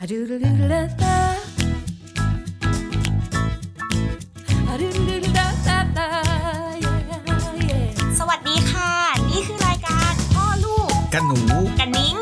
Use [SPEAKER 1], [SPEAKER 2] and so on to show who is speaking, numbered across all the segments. [SPEAKER 1] A doodle-doodle-da-da. A doodle-doodle-da-da. Yeah, yeah.
[SPEAKER 2] สวัสดีค่ะ นี่คือรายการพ่อลูก
[SPEAKER 3] กันหนู
[SPEAKER 2] กันนิ้ง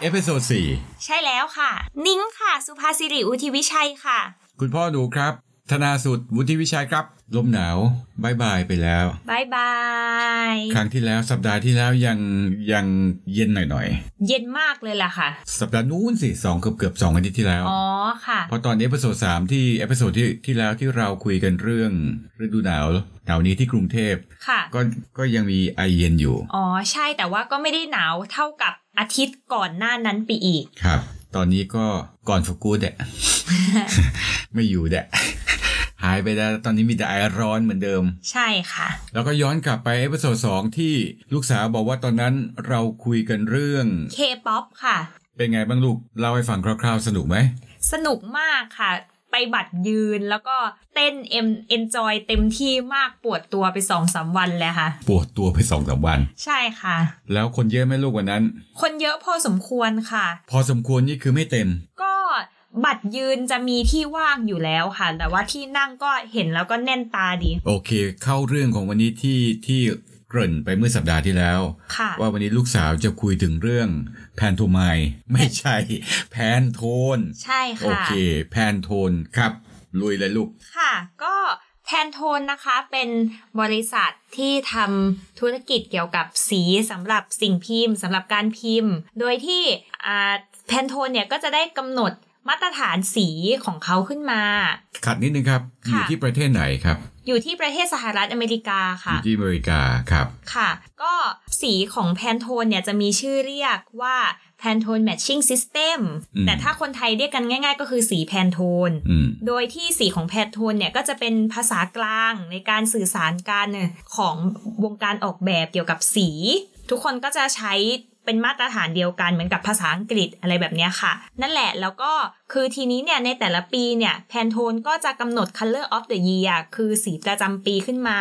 [SPEAKER 3] เอพิโซดสี่
[SPEAKER 2] ใช่แล้วค่ะ นิ้งค่ะ สุภาสิริอุทิวิชัยค่ะ
[SPEAKER 3] คุณพ่อดูครับ ธนาสุดวุฒิวิชัยครับ ลมหนาวบายบายไปแล้ว
[SPEAKER 2] บายบาย
[SPEAKER 3] ครั้งที่แล้วสัปดาห์ที่แล้วยังยังเย็นหน่อย
[SPEAKER 2] เย็นมากเลยล่ะค่ะ
[SPEAKER 3] ๆ สัปดาห์นู้นสิสองเกือบเกือบสองอาทิตย์ที่แล้ว
[SPEAKER 2] อ๋อค่ะ
[SPEAKER 3] เพราะตอนเอพิโซดสามที่เอพิโซดที่ที่แล้วที่เราคุยกันเรื่องฤดูหนาวหนาวนี้ที่กรุงเทพ
[SPEAKER 2] ค่ะ
[SPEAKER 3] ก็ก็ยังมีไอเย็นอยู่
[SPEAKER 2] อ๋อใช่แต่ว่าก็ไม่ได้หนาวเท่ากับอาทิตย์ก่อนหน้านั้นไปอีก
[SPEAKER 3] ครับ ตอนนี้ก็ก่อนฟกูดแดะ ไม่อยู่แดะ หายไปแล้วตอนนี้มีแต่ไอร้อนเหมือนเดิม
[SPEAKER 2] ใช่ค่ะ
[SPEAKER 3] แล้วก็ย้อนกลับไปเอพิโซดสองที่ลูกสาวบอกว่าตอนนั้นเราคุยกันเรื่อง
[SPEAKER 2] เคป๊อปค่ะ
[SPEAKER 3] เป็นไงบ้างลูกเล่าให้ฟังคร่าวๆสนุกไหม
[SPEAKER 2] สนุกมากค่ะ ไปบัตรยืนแล้วก็เต้นเอ็มเอนจอยเต็มที่มากปวดตัวไปสองสามวันเลยค่ะ
[SPEAKER 3] ปวดตัวไปสองสามวัน
[SPEAKER 2] ใช่ค่ะ
[SPEAKER 3] แล้วคนเยอะไหมลูกวันนั้น
[SPEAKER 2] คนเยอะพอสมควรค่ะ
[SPEAKER 3] พอสมควรนี่คือไม่เต็ม
[SPEAKER 2] ก็บัตรยืนจะมีที่ว่างอยู่แล้วค่ะ แต่ว่าที่นั่งก็เห็นแล้วก็แน่นตาดี
[SPEAKER 3] โอเค เข้าเรื่องของวันนี้ที่ที่เกริ่นไปเมื่อสัปดาห์ที่แล้ว
[SPEAKER 2] ค่ะ
[SPEAKER 3] ว่าวันนี้ลูกสาวจะคุยถึงเรื่องแพนโทไมม์ไม่ใช่ แพนโทน
[SPEAKER 2] ใช่
[SPEAKER 3] โอ
[SPEAKER 2] ค่ะ
[SPEAKER 3] เค แพนโทนครับ ลุยเลยลูก
[SPEAKER 2] ค่ะ ก็แพนโทนนะคะเป็นบริษัทที่ทำธุรกิจเกี่ยวกับสีสำหรับสิ่งพิมพ์สำหรับการพิมพ์ โดยที่อ่าแพนโทนเนี่ยก็จะได้กำหนดมาตรฐานสีของเขาขึ้นมา
[SPEAKER 3] ขัดนิดนึงครับ
[SPEAKER 2] ค่ะ
[SPEAKER 3] อยู่ที่ประเทศไหนครับ
[SPEAKER 2] อยู่ที่ประเทศสหรัฐอเมริกา
[SPEAKER 3] อ
[SPEAKER 2] ค่ะ
[SPEAKER 3] ยู่ที่อเมริกาครับ
[SPEAKER 2] ค่ะ ก็สีของแพนโทนเนี่ยจะมีชื่อเรียกว่า Pantone Matching System
[SPEAKER 3] อืม
[SPEAKER 2] แต่ถ้าคนไทยเรียกกันง่าย ๆ ก็คือสีแพนโทน
[SPEAKER 3] อืม
[SPEAKER 2] โดยที่สีของแพนโทนเนี่ยก็จะเป็นภาษากลางในการสื่อสารกันของวงการออกแบบเกี่ยวกับสี ทุกคนก็จะใช้เป็นมาตรฐานเดียวกันเหมือนกับภาษาอังกฤษอะไรแบบเนี้ยค่ะ นั่นแหละแล้วก็คือทีนี้เนี่ยในแต่ละปีเนี่ยแพนโทนก็จะกำหนด Color of the Year คือสีประจำปีขึ้นมา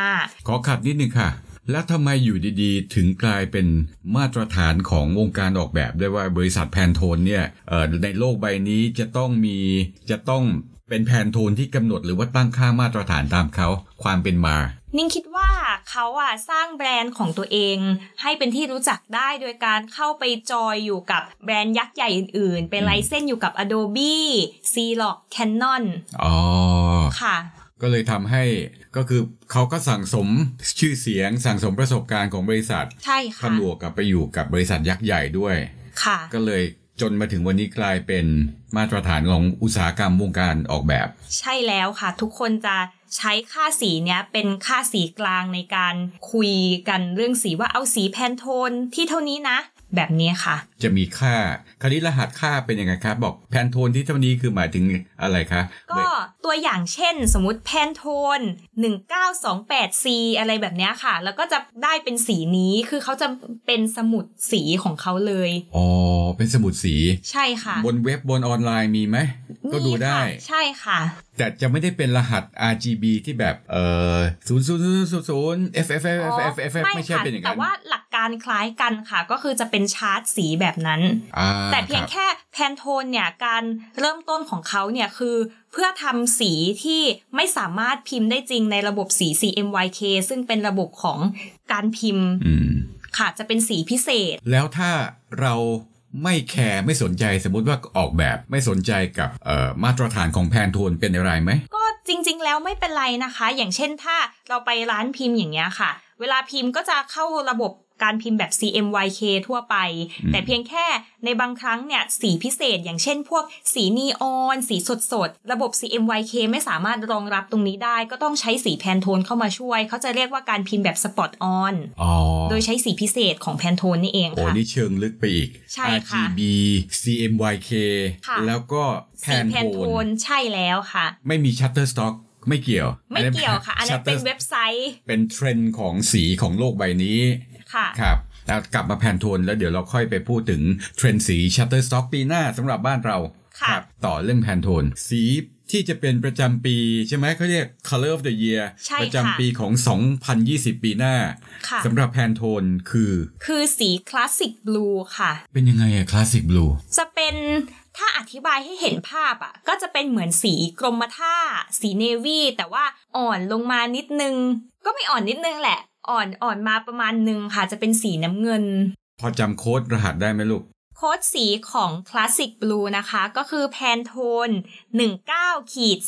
[SPEAKER 3] ขอขัดนิดนึงค่ะ แล้วทำไมอยู่ดีๆ ถึงกลายเป็นมาตรฐานของวงการออกแบบได้ว่าบริษัทแพนโทนเนี่ยเอ่อในโลกใบนี้จะต้องมีจะต้องเป็นแพนโทนที่กำหนดหรือว่าตั้งค่ามาตรฐานตามเขาความเป็นมา
[SPEAKER 2] นิ่งคิดว่าเขาอะสร้างแบรนด์ของตัวเอง ให้เป็นที่รู้จักได้โดยการเข้าไปจอยอยู่กับแบรนด์ยักษ์ใหญ่อื่นๆ เป็นไลเส้นส์อยู่กับ Adobe c l o c Canon
[SPEAKER 3] อ๋อ
[SPEAKER 2] ค่ะ
[SPEAKER 3] ก็เลยทำให้ก็คือเขาก็สั่งสมชื่อเสียงสั่งสมประสบการณ์ของบริษัท
[SPEAKER 2] ใช่ค่ะ
[SPEAKER 3] ขนวกกลับไปอยู่กับบริษัทยักษ์ใหญ่ด้วย
[SPEAKER 2] ค่ะ
[SPEAKER 3] ก็เลยจนมาถึงวันนี้กลายเป็นมาตรฐานของอุตสาหกรรมวงการออกแบบ
[SPEAKER 2] ใช่แล้วค่ะ ทุกคนจะใช้ค่าสีเนี้ยเป็นค่าสีกลางในการคุยกันเรื่องสีว่าเอาสีแพนโทนที่เท่านี้นะ แบบนี้ค่ะ
[SPEAKER 3] จะมีค่า คราวนี้รหัสค่าเป็นยังไงครับ บอกแพนโทนที่เท่านี้คือหมายถึงอะไรคะ
[SPEAKER 2] ก็ตัวอย่างเช่นสมมติแพนโทน 1928C อะไรแบบเนี้ยค่ะ แล้วก็จะได้เป็นสีนี้คือเขาจะเป็นสมุดสีของเขาเลย
[SPEAKER 3] อ๋อ เป็นสมุดสี
[SPEAKER 2] ใช่ค่ะ
[SPEAKER 3] บนเว็บบนออนไลน์มีไหม ก็ดูได้
[SPEAKER 2] มีค่ะใช่ค่ะ
[SPEAKER 3] แต่จะไม่ได้เป็นรหัส RGB ที่แบบ เอ่อศูนย์ศูนย์ศูนย์ศูนย์ FFFFF ไม่ใช่
[SPEAKER 2] ค่ะ
[SPEAKER 3] เป็นอย่าง
[SPEAKER 2] แต่
[SPEAKER 3] นั้น
[SPEAKER 2] ว่าหลักการคล้ายกันค่ะ ก็คือจะเป็นชาร์ตสีแบบนั้น
[SPEAKER 3] อ่า
[SPEAKER 2] แต่เพียง
[SPEAKER 3] ครับ
[SPEAKER 2] แค่แพนโทนเนี่ยการเริ่มต้นของเขาเนี่ยคือเพื่อทำสีที่ไม่สามารถพิมพ์ได้จริงในระบบสี CMYK ซึ่งเป็นระบบของการพิมพ์
[SPEAKER 3] อืม
[SPEAKER 2] ค่ะจะเป็นสีพิเศษ
[SPEAKER 3] แล้วถ้าเราไม่แคร์ไม่สนใจสมมุติว่าออกแบบไม่สนใจกับเอ่อมาตรฐานของแพนโทนเป็นอะไรไหม
[SPEAKER 2] ก็จริง ๆ แล้วไม่เป็นไรนะคะ อย่างเช่นถ้าเราไปร้านพิมพ์อย่างเงี้ยค่ะ เวลาพิมพ์ก็จะเข้าระบบการพิมพ์แบบ CMYK ทั่วไป
[SPEAKER 3] อืม
[SPEAKER 2] แต่เพียงแค่ในบางครั้งเนี่ยสีพิเศษ อย่างเช่นพวกสีนีออน สีสดๆ ระบบ CMYK ไม่สามารถรองรับตรงนี้ได้ ก็ต้องใช้สีแพนโทนเข้ามาช่วย เขาจะเรียกว่าการพิมพ์แบบสปอตออน
[SPEAKER 3] อ๋อ
[SPEAKER 2] โดยใช้สีพิเศษของแพนโทนนี่เอง
[SPEAKER 3] โอ้
[SPEAKER 2] ค่ะ
[SPEAKER 3] นี่เชิงลึกไปอีก
[SPEAKER 2] ใช่ค่ะ
[SPEAKER 3] RGB CMYK
[SPEAKER 2] ค่ะ
[SPEAKER 3] แล้วก็แพ
[SPEAKER 2] สี
[SPEAKER 3] น
[SPEAKER 2] แพน
[SPEAKER 3] โท
[SPEAKER 2] โท
[SPEAKER 3] น
[SPEAKER 2] นใช่แล้วค่ะ
[SPEAKER 3] ไม่มี Shutterstock ไม่เกี่ยว
[SPEAKER 2] ไม่เกี่ยวค่ะ อันนั้นเป็นเว็บไซต์
[SPEAKER 3] เป็นเทรนด์ของสีของโลกใบนี้
[SPEAKER 2] ค่ะ
[SPEAKER 3] ครับแล้วกลับมาแพนโทนแล้วเดี๋ยวเราค่อยไปพูดถึงเทรนด์สี Shutterstock ปีหน้าสำหรับบ้านเรา
[SPEAKER 2] ค่ะ
[SPEAKER 3] ครับต่อเรื่องแพนโทน สีที่จะเป็นประจำปีใช่ไหมเขาเรียก Color of the Year
[SPEAKER 2] ใช่
[SPEAKER 3] ประ
[SPEAKER 2] ค่ะ
[SPEAKER 3] จำปีของ 2020 ปีหน้า
[SPEAKER 2] ค่ะ
[SPEAKER 3] สำหรับแพนโทนคือ
[SPEAKER 2] คือสีคลาสสิกบลูค่ะ
[SPEAKER 3] เป็นยังไงอะคลาสสิกบลู
[SPEAKER 2] จะเป็นถ้าอธิบายให้เห็นภาพอ่ะ ก็จะเป็นเหมือนสีกรมท่า สีเนวีแต่ว่าอ่อนลงมานิดนึง ก็ไม่อ่อนนิดนึงแหละ อ่อนอ่อนมาประมาณนึงค่ะ จะเป็นสีน้ำเงิน
[SPEAKER 3] พอจำโค้ดรหัสได้ไหมลูก
[SPEAKER 2] โค้ดสีของคลาสสิกบลูนะคะ ก็คือแพนโทน19ขีด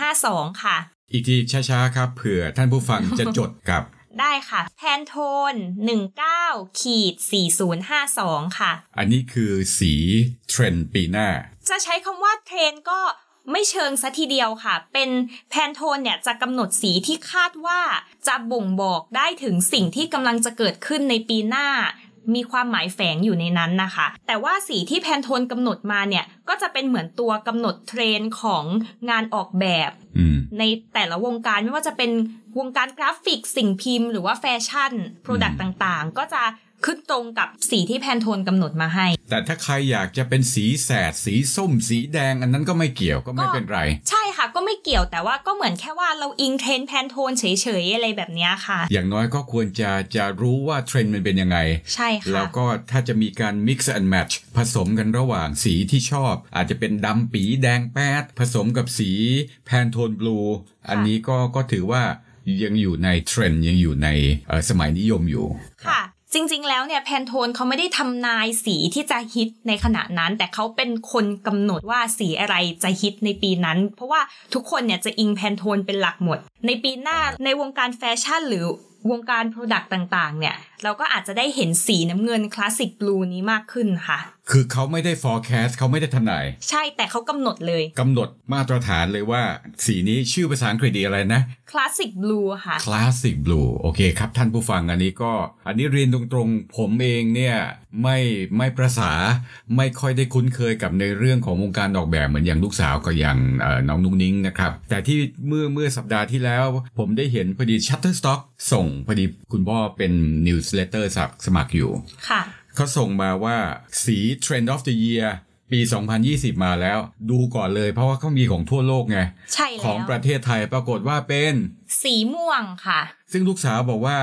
[SPEAKER 2] 4052 ค่ะ
[SPEAKER 3] อีกทีช้าๆครับเผื่อท่านผู้ฟังจะจดกับ
[SPEAKER 2] ได้ค่ะ แพนโทน19ขีด4052 ค่ะ
[SPEAKER 3] อันนี้คือสีเทรนด์ปีหน้า
[SPEAKER 2] จะใช้คำว่าเทรนก็ไม่เชิงซะทีเดียวค่ะ เป็นแพนโทนเนี่ยจะกำหนดสีที่คาดว่าจะบ่งบอกได้ถึงสิ่งที่กำลังจะเกิดขึ้นในปีหน้า มีความหมายแฝงอยู่ในนั้นนะคะ แต่ว่าสีที่แพนโทนกำหนดมาเนี่ยก็จะเป็นเหมือนตัวกำหนดเทรนของงานออกแบบ
[SPEAKER 3] อืม
[SPEAKER 2] ในแต่ละวงการไม่ว่าจะเป็นวงการกราฟิกสิ่งพิมพ์ หรือว่าแฟชั่นโปรดักต์ต่างๆ ก็จะขึ้นตรงกับสีที่แพนโทนกำหนดมาให้
[SPEAKER 3] แต่ถ้าใครอยากจะเป็นสีแสด สีส้ม สีแดง อันนั้นก็ไม่เกี่ยวก็ไม่เป็นไร
[SPEAKER 2] ใช่ค่ะก็ไม่เกี่ยวแต่ว่าก็เหมือนแค่ว่าเราอิงเทรนด์แพนโทนเฉยๆ อะไรแบบเนี้ยค่ะ
[SPEAKER 3] อย่างน้อยก็ควรจะจะรู้ว่าเทรนด์มันเป็นยังไง
[SPEAKER 2] ใช่ค่ะ
[SPEAKER 3] แล้วก็ถ้าจะมีการ mix and match ผสมกันระหว่างสีที่ชอบ อาจจะเป็นดำปีแดงแป๊ดผสมกับสีแพนโทนบลู อันนี้ก็ก็ถือว่ายังอยู่ในเทรนด์ยังอยู่ในเอ่อสมัยนิยมอยู่
[SPEAKER 2] ค่ะ จริงๆ แล้วเนี่ยแพนโทนเขาไม่ได้ทำนายสีที่จะฮิตในขณะนั้น แต่เขาเป็นคนกำหนดว่าสีอะไรจะฮิตในปีนั้น เพราะว่าทุกคนเนี่ยจะอิงแพนโทนเป็นหลักหมด ในปีหน้าในวงการแฟชั่นหรือวงการโปรดักต์ต่างๆ เนี่ย เราก็อาจจะได้เห็นสีน้ำเงินคลาสสิกบลูนี้มากขึ้นค่ะ
[SPEAKER 3] คือเขาไม่ได้ forecast เขาไม่ได้ทำนาย
[SPEAKER 2] ใช่แต่เขากำหนดเลย
[SPEAKER 3] กำหนดมาตรฐานเลยว่า สีนี้ชื่อภาษาอังกฤษอะไรนะ
[SPEAKER 2] คลาสสิกบลูค่ะ
[SPEAKER 3] คลาสสิกบลูโอเคครับ ท่านผู้ฟังอันนี้ก็อันนี้เรียนตรงๆ ผมเองเนี่ยไม่ไม่ประสา ไม่ค่อยได้คุ้นเคยกับในเรื่องของวงการออกแบบเหมือนอย่างลูกสาวก็อย่างเอ่อน้องนุ่งนิ้งนะครับ แต่ที่เมื่อเมื่อสัปดาห์ที่แล้ว ผมได้เห็นพอดีชัตเตอร์สต็อกส่งพอดีคุณพ่อเป็นนิวส์เลเตอร์สมัครอยู่
[SPEAKER 2] ค่ะ
[SPEAKER 3] เขาส่งมาว่าสี Trend of the Year ปี 2020 มาแล้ว ดูก่อนเลยเพราะว่าเขามีของทั่วโลกไง
[SPEAKER 2] ใช่
[SPEAKER 3] ของป
[SPEAKER 2] แล้ว
[SPEAKER 3] ระเทศไทยปรากฏว่าเป็น
[SPEAKER 2] สีม่วงค่ะ
[SPEAKER 3] ซึ่งลูกสาวบอกว่า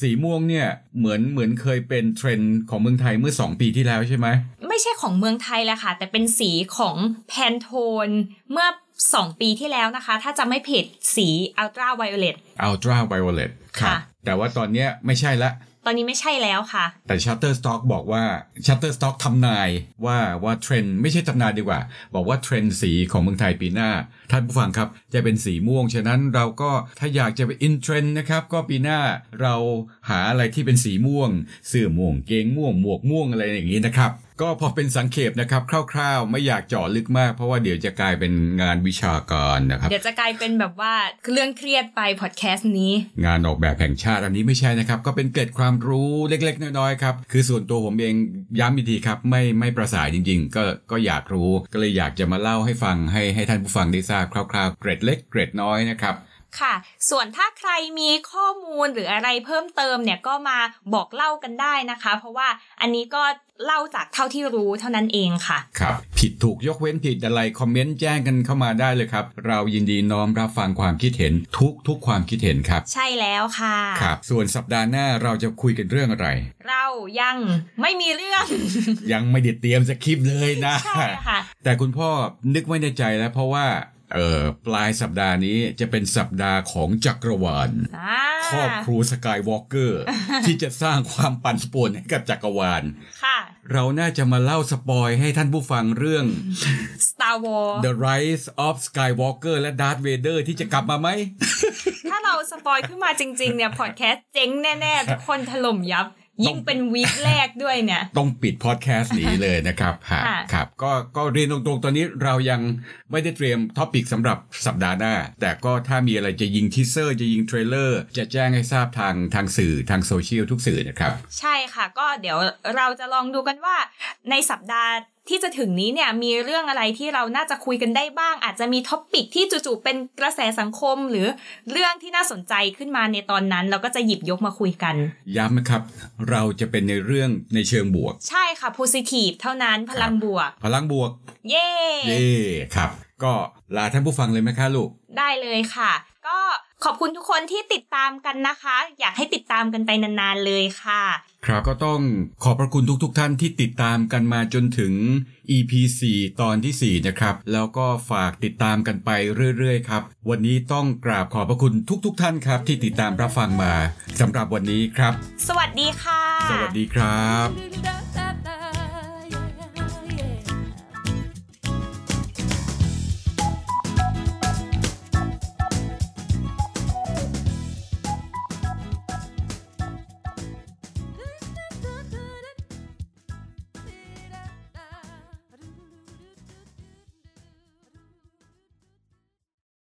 [SPEAKER 3] สีม่วงเนี่ยเหมือนเหมือนเคยเป็นเทรนด์ของเมืองไทยเมื่อ 2 ปีที่แล้วใช่ไหม
[SPEAKER 2] ไม่ใช่ของเมืองไทยแหละค่ะ แต่เป็นสีของแพนโทน เมื่อ 2 ปีที่แล้วนะคะ ถ้าจะไม่ผิดสีอัลตราไวโอเลต
[SPEAKER 3] Ultra Violet
[SPEAKER 2] ค่ะ
[SPEAKER 3] แต่ว่าตอนเนี้ยไม่ใช่ละ
[SPEAKER 2] ตอนนี้ไม่ใช่แล้วค่ะ
[SPEAKER 3] แต่ Shutterstock บอกว่า Shutterstock ทำนายว่าว่าเทรนด์ไม่ใช่ทำนายดีกว่า บอกว่าเทรนด์สีของเมืองไทยปีหน้า ท่านผู้ฟังครับจะเป็นสีม่วง ฉะนั้นเราก็ถ้าอยากจะไปอินเทรนด์นะครับ ก็ปีหน้าเราหาอะไรที่เป็นสีม่วง เสื้อม่วงเกงม่วง หมวกม่วงอะไรอย่างนี้นะครับ ก็พอเป็นสังเขปนะครับคร่าวๆ ไม่อยากเจาะลึกมาก เพราะว่าเดี๋ยวจะกลายเป็นงานวิชาการนะครับ
[SPEAKER 2] เดี๋ยวจะกลายเป็นแบบว่าเรื่องเครียดไปพอดแคสต์นี้
[SPEAKER 3] งานออกแบบแห่งชาติอันนี้ไม่ใช่นะครับ ก็เป็นเกร็ดความรู้เล็กๆ น้อยๆครับ คือส่วนตัวผมเองย้ำอีกทีครับ ไม่ไม่ประสายจริง ๆ ก็ก็อยากรู้ก็เลยอยากจะมาเล่าให้ฟังให้ให้ท่านผู้ฟังได้ทราบคร่าวๆ เกร็ดเล็กเกร็ดน้อยนะครับ
[SPEAKER 2] ค่ะ ส่วนถ้าใครมีข้อมูลหรืออะไรเพิ่มเติมเนี่ยก็มาบอกเล่ากันได้นะคะ เพราะว่าอันนี้ก็เล่าจากเท่าที่รู้เท่านั้นเองค่ะ
[SPEAKER 3] ครับผิดถูกยกเว้นผิดอะไรคอมเมนต์แจ้งกันเข้ามาได้เลยครับ เรายินดีน้อมรับฟังความคิดเห็นทุกทุกความคิดเห็นครับ
[SPEAKER 2] ใช่แล้วค่ะ
[SPEAKER 3] ครับ ส่วนสัปดาห์หน้าเราจะคุยกันเรื่องอะไร
[SPEAKER 2] เรายังไม่มีเรื่อง
[SPEAKER 3] ยังไม่ได้เตรียมสคริปต์เลยนะ
[SPEAKER 2] ใช่ค่ะ
[SPEAKER 3] แต่คุณพ่อนึกไว้ในใจแล้วเพราะว่าเออปลายสัปดาห์นี้จะเป็นสัปดาห์ของจักรวาล
[SPEAKER 2] อ่า
[SPEAKER 3] ครอบครูสกายวอล์กเกอร์ ที่จะสร้างความปั่นป่วนให้กับจักรวาล
[SPEAKER 2] ค่ะ
[SPEAKER 3] เราน่าจะมาเล่าสปอยให้ท่านผู้ฟังเรื่อง
[SPEAKER 2] Star Wars
[SPEAKER 3] The Rise of Skywalker และ Darth Vader ที่จะกลับมา ไหม
[SPEAKER 2] ถ้าเราสปอยขึ้นมาจริง ๆ เนี่ย พอดแคสต์เจ๊งแน่ ๆ ทุกคนถล่มยับ ยิ่งเป็นวีคแรกด้วยเนี่ย
[SPEAKER 3] ต้องปิดพอดแคสต์หนี้เลยนะครับฮะ
[SPEAKER 2] ค่ะ
[SPEAKER 3] ครับก็ก็เรียนตรงๆ ตอนนี้เรายังไม่ได้เตรียมท็อปิกสำหรับสัปดาห์หน้า แต่ก็ถ้ามีอะไรจะยิงทีเซอร์ จะยิงเทรลเลอร์ จะแจ้งให้ทราบทางทางสื่อทางโซเชียลทุกสื่อนะครับ
[SPEAKER 2] ใช่ค่ะ ก็เดี๋ยวเราจะลองดูกันว่าในสัปดาห์ ที่จะถึงนี้เนี่ยมีเรื่องอะไรที่เราน่าจะคุยกันได้บ้าง อาจจะมีท็อปปิกที่จู่ๆเป็นกระแสสังคมหรือเรื่องที่น่าสนใจขึ้นมาในตอนนั้น เราก็จะหยิบยกมาคุยกัน
[SPEAKER 3] ย้ำนะครับ เราจะเป็นในเรื่องในเชิงบวก
[SPEAKER 2] ใช่ค่ะ positive เท่านั้นพลังบวก
[SPEAKER 3] พลังบวก
[SPEAKER 2] เย้
[SPEAKER 3] เย่ครับ ก็ลาท่านผู้ฟังเลยไหมคะลูก
[SPEAKER 2] ได้เลยค่ะ ก็ขอบคุณทุกคนที่ติดตามกันนะคะ อยากให้ติดตามกันไปนานๆเลยค่ะ
[SPEAKER 3] ครับก็ต้องขอบพระคุณทุกๆทท่านที่ติดตามกันมาจนถึง EP 4ตอนที่ 4 นะครับ แล้วก็ฝากติดตามกันไปเรื่อยๆครับ วันนี้ต้องกราบขอบพระคุณทุกๆทท่านครับ ที่ติดตามรับฟังมาสำหรับวันนี้ครับ
[SPEAKER 2] สวัสดีค่ะ
[SPEAKER 3] สวัสดีครับ
[SPEAKER 1] da